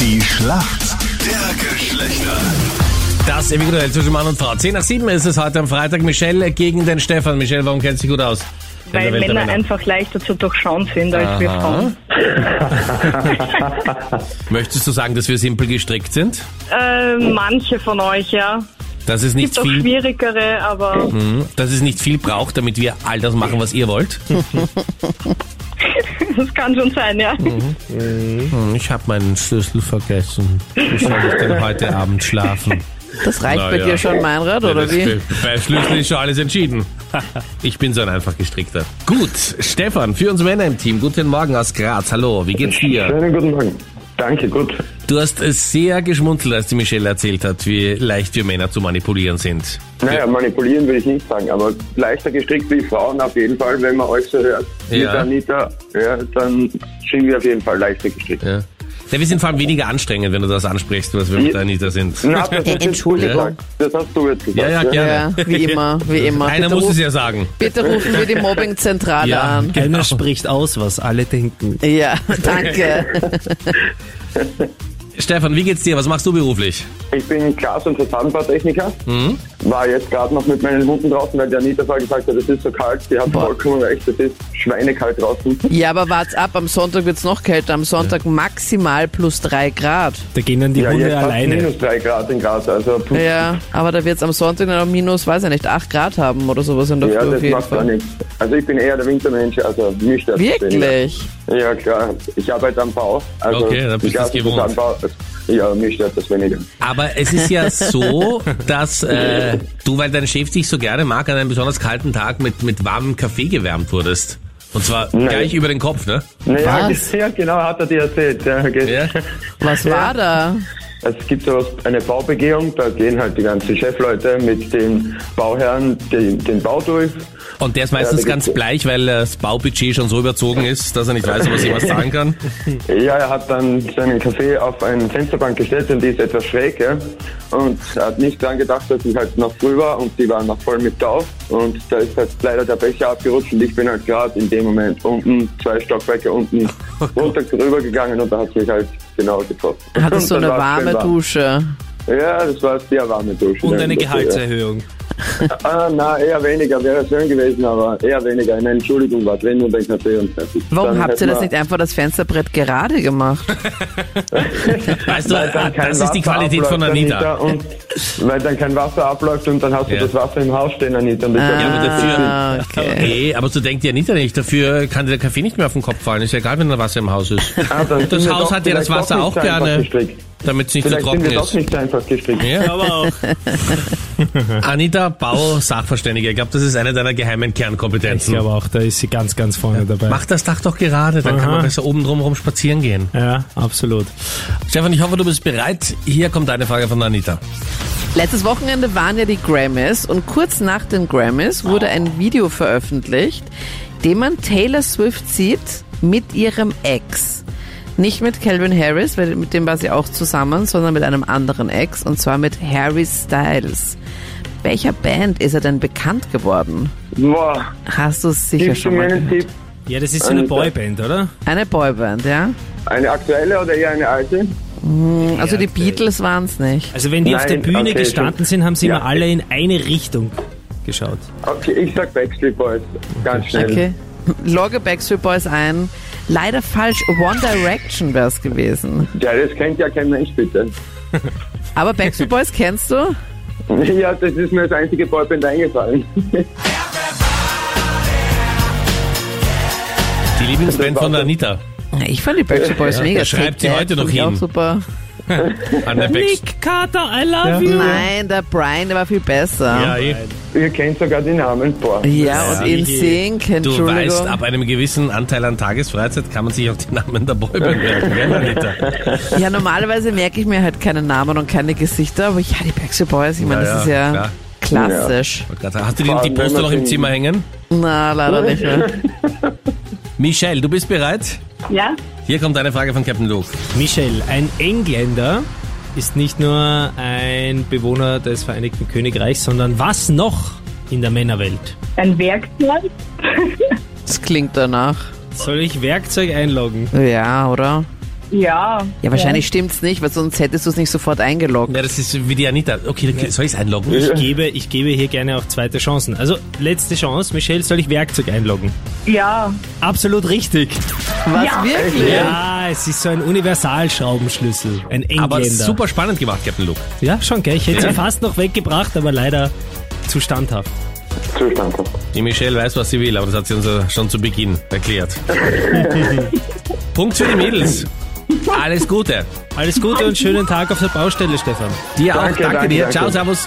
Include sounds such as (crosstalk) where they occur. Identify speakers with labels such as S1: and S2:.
S1: Die Schlacht der Geschlechter.
S2: Das individuell zwischen Mann und Frau. 10 nach 7 ist es heute am Freitag. Michelle gegen den Stefan. Michelle, warum kennt sie gut aus? In der
S3: Weil
S2: Welt der
S3: Männer einfach leichter zu durchschauen sind als wir
S2: Aha.
S3: Frauen.
S2: Möchtest du sagen, dass wir simpel gestrickt sind?
S3: Äh, manche von euch, ja.
S2: Dass es
S3: Gibt
S2: nicht
S3: auch
S2: viel, Mhm.
S3: schwierigere, aber
S2: dass es nicht viel braucht, damit wir all das machen, was ihr wollt?
S3: das kann schon sein, ja.
S2: Mhm.
S4: Mhm.
S2: Hm, Ich habe meinen Schlüssel vergessen. Wie soll ich denn heute Abend schlafen?
S4: Das reicht
S2: Na
S4: bei
S2: ja.
S4: dir schon, Meinrad, (laughs) oder
S2: Das-
S4: wie?
S2: Bei Schlüssel ist schon alles entschieden. (laughs) Ich bin so ein einfach gestrickter. Gut, Stefan, für uns Männer im Team. Guten Morgen aus Graz. Hallo, wie geht's dir?
S5: Schönen guten Morgen. Danke, gut.
S2: Du hast äh, sehr geschmunzelt, als die Michelle erzählt hat, wie leicht wir Männer zu manipulieren sind.
S5: Naja, manipulieren würde ich nicht sagen, aber leichter gestrickt wie Frauen auf jeden Fall, wenn man euch so hört. Mit
S2: Ja.
S5: Anita, ja, dann sind wir auf jeden Fall
S4: (laughs)
S5: leichter gestrickt.
S2: Ja. Ja, wir sind vor allem weniger anstrengend, wenn du das ansprichst, was wir mit Anita sind.
S5: Na, das hast du jetzt
S4: Entschuldigung.
S5: gesagt. Das hast du jetzt gesagt.
S2: Ja, ja, gerne.
S4: Ja, wie immer, wie immer.
S2: Einer
S4: bitte,
S2: muss
S4: ruf-
S2: es ja sagen.
S4: bitte rufen wir die Mobbingzentrale
S2: Ja.
S4: an.
S6: Einer spricht aus, was alle denken.
S4: Ja, (laughs) danke.
S2: Stefan, wie geht's dir? Was machst du beruflich?
S5: Ich bin Glas- und Fassadenbautechniker.
S4: Mhm.
S5: War jetzt gerade noch mit meinen Hunden draußen, weil die Anita vorher gesagt hat, es ist so kalt. Sie hat vollkommen recht, es ist schweinekalt draußen.
S4: Ja, aber wart's ab, am Sonntag wird's noch kälter. Am Sonntag maximal plus drei Grad.
S6: Da gehen dann die
S5: Ja,
S6: Hunde
S5: jetzt hat's
S6: alleine.
S5: minus drei Grad in Graz. Also, puh,
S4: Ja, aber da wird's am Sonntag noch minus, weiß ich nicht, acht Grad haben oder sowas in der
S5: ja
S4: Früh auf
S5: das
S4: jeden
S5: macht gar
S4: Fall.
S5: nichts. Also ich bin eher der Wintermensch, also mich stört das weniger.
S4: Wirklich?
S5: Ja, klar. Ich arbeite am Bau. Also
S2: Okay, dann bist
S5: ich
S2: du es
S5: arbeite
S2: gewohnt.
S5: am Bau. Ja, mir stört das weniger.
S2: Aber es ist (laughs) ja so, dass äh, du, weil dein Chef dich so gerne mag, an einem besonders kalten Tag mit, mit warmem Kaffee gewärmt wurdest. Und zwar gleich über den Kopf, ne?
S5: Naja,
S4: Was?
S5: ja, genau, hat er dir erzählt. Ja, okay.
S2: Ja.
S4: Was war da?
S5: Es gibt sowas, eine Baubegehung, da gehen halt die ganzen Chefleute mit den Bauherren den, den Bau durch.
S2: Und der ist meistens
S5: Ja, da
S2: ganz
S5: gibt's-
S2: bleich, weil äh, das Baubudget schon so überzogen ist, dass er nicht weiß, ob er sich was sagen
S5: (laughs)
S2: kann.
S5: Ja, er hat dann seinen Kaffee auf eine Fensterbank gestellt und die ist etwas schräg. Ja? Und er hat nicht dran gedacht, dass ich halt noch früh war und die waren noch voll mit drauf. Und da ist halt leider der Becher abgerutscht und ich bin halt gerade in dem Moment unten, zwei Stockwerke
S4: (laughs)
S5: unten, runter rübergegangen und da hat mich halt genau getroffen.
S4: Hattest du
S5: Und
S4: eine
S5: dann war's
S4: warme
S5: schön warm.
S4: Dusche?
S5: Ja, das war sehr warme Dusche.
S6: Und
S5: Ja,
S6: eine
S5: das-
S6: Gehaltserhöhung.
S5: Ah, na, eher weniger, wäre schön gewesen, aber eher weniger. Eine Entschuldigung war drin und ein Kaffee und fertig.
S4: Warum
S5: Dann
S4: habt ihr
S5: hätten
S4: das
S5: wir-
S4: nicht einfach das Fensterbrett gerade gemacht?
S2: Weißt du,
S5: Weil dann
S2: äh,
S5: kein
S2: das ist die
S5: Wasser
S2: Qualität von
S5: abläuft,
S2: Anita.
S5: Und, weil dann kein Wasser abläuft und dann hast du
S2: Ja.
S5: das Wasser im Haus stehen, Anita. Und ich glaub,
S2: aber
S5: das ist-
S4: Ah,
S5: Äh.
S4: okay.
S2: Nee, aber so denkt die Anita nicht. Dafür kann dir der Kaffee nicht mehr auf den Kopf fallen. Ist ja egal, wenn da Wasser im Haus
S5: (laughs)
S2: ist.
S5: Ah, dann sind
S2: Das
S5: wir
S2: Haus
S5: doch
S2: hat ja das
S5: vielleicht
S2: Wasser
S5: doch
S2: auch
S5: nicht so einfach
S2: gerne.
S5: gestrickt.
S2: Damit es nicht
S5: Vielleicht
S2: so
S5: sind
S2: trocken
S5: wir doch
S2: ist.
S5: nicht so einfach gestrickt.
S2: Ja.
S6: Aber auch.
S2: Anita, Bau-Sachverständige. Ich glaube, das ist eine deiner geheimen
S6: Ich
S2: Kernkompetenzen.
S6: glaube auch, da ist sie ganz, ganz vorne dabei.
S2: Mach das Dach doch gerade, dann kann
S6: Aha.
S2: man besser oben drumherum spazieren gehen.
S6: Ja, absolut.
S2: Stefan, ich hoffe, du bist bereit. Hier kommt eine Frage von Anita.
S4: Letztes Wochenende waren ja die Grammys und kurz nach den Grammys wurde ein Video veröffentlicht, dem man Taylor Swift sieht mit ihrem Ex. Nicht mit Calvin Harris, weil mit dem war sie auch zusammen, sondern mit einem anderen Ex und zwar mit Harry Styles. Welcher Band ist er denn bekannt geworden?
S5: Boah,
S4: Hast du es sicher
S5: gibst du
S4: schon
S5: mir
S4: mal?
S5: einen Tipp?
S6: Ja, das ist so eine
S5: Anita.
S6: Boyband, oder?
S4: Eine Boyband, ja?
S5: Eine aktuelle oder eher eine alte?
S4: Also die Beatles waren es nicht.
S6: Also wenn die auf der
S5: Nein,
S6: Bühne
S5: okay,
S6: gestanden
S5: schon.
S6: sind, haben sie
S5: Ja.
S6: immer alle in eine Richtung geschaut.
S5: Okay, ich sag Backstreet Boys. Ganz schnell.
S4: Okay. Logge Backstreet Boys ein. Leider falsch. One Direction wäre es gewesen.
S5: Ja, das kennt ja kein Mensch, bitte. (laughs)
S4: Aber Backstreet Boys kennst du?
S5: Ja, das ist mir das einzige Boyband eingefallen.
S2: Die Lieblingsband von der Anita.
S4: Ich fand die Backstreet Boys mega
S2: das schreibt
S4: Take
S2: sie
S4: That
S2: heute noch
S4: fand ich
S2: hin.
S4: Auch super.
S2: An der Backst-
S6: Carter, I love you.
S4: Nein, der Brian, der war viel besser.
S2: Ja,
S5: Ah.
S2: eh.
S5: Ihr kennt sogar die Namen. Boah.
S4: Ja,
S2: Ja,
S4: und in Sync,
S2: Du weißt,
S4: Entschuldigung.
S2: ab einem gewissen Anteil an Tagesfreizeit kann man sich auch die Namen der Boyband merken, gell,
S5: (laughs)
S2: Anita?
S4: Ja, normalerweise merke ich mir halt keine Namen und keine Gesichter, aber ja, die Backstreet Boys, ich meine,
S2: Ja,
S4: das ist
S2: ja,
S4: ja
S2: klar.
S4: klassisch.
S2: Wollte gerade sagen, Hast du die, die
S5: Vor allem, wenn
S2: Poster
S5: man
S2: noch im
S5: den-
S2: Zimmer hängen?
S4: Na, leider nicht mehr.
S2: Michelle, du bist bereit?
S3: Ja?
S2: Hier kommt eine Frage von Captain Luke.
S6: Michelle, ein Engländer ist nicht nur ein Bewohner des Vereinigten Königreichs, sondern was noch in der Männerwelt?
S3: Ein Werkzeug?
S4: Das klingt danach.
S6: Soll ich Werkzeug einloggen?
S4: Ja, oder?
S3: Ja.
S4: Ja, wahrscheinlich stimmt's nicht, weil sonst hättest du es nicht sofort eingeloggt.
S2: Ja, das ist wie die Anita. Okay, okay soll ich es einloggen?
S6: Ich gebe, ich gebe hier gerne auch zweite Chancen. Also, letzte Chance. Michelle, soll ich Werkzeug einloggen?
S3: Ja.
S6: Absolut richtig.
S4: Was wirklich?
S6: Ja, es ist so ein Universalschraubenschlüssel. Ein Engländer.
S2: Aber super spannend gemacht, Captain Luke.
S6: Ja, schon, gell? Ich hätte sie fast noch weggebracht, aber leider zu standhaft.
S5: Zustand.
S2: Die Michelle weiß, was sie will, aber das hat sie uns ja schon zu Beginn
S5: (laughs)
S2: erklärt. Punkt für die Mädels. Alles Gute.
S6: Alles Gute und schönen Tag auf der Baustelle, Stefan.
S2: Dir auch.
S5: Danke,
S2: Danke,
S5: danke,
S2: dir.
S5: danke.
S2: Ciao, Servus.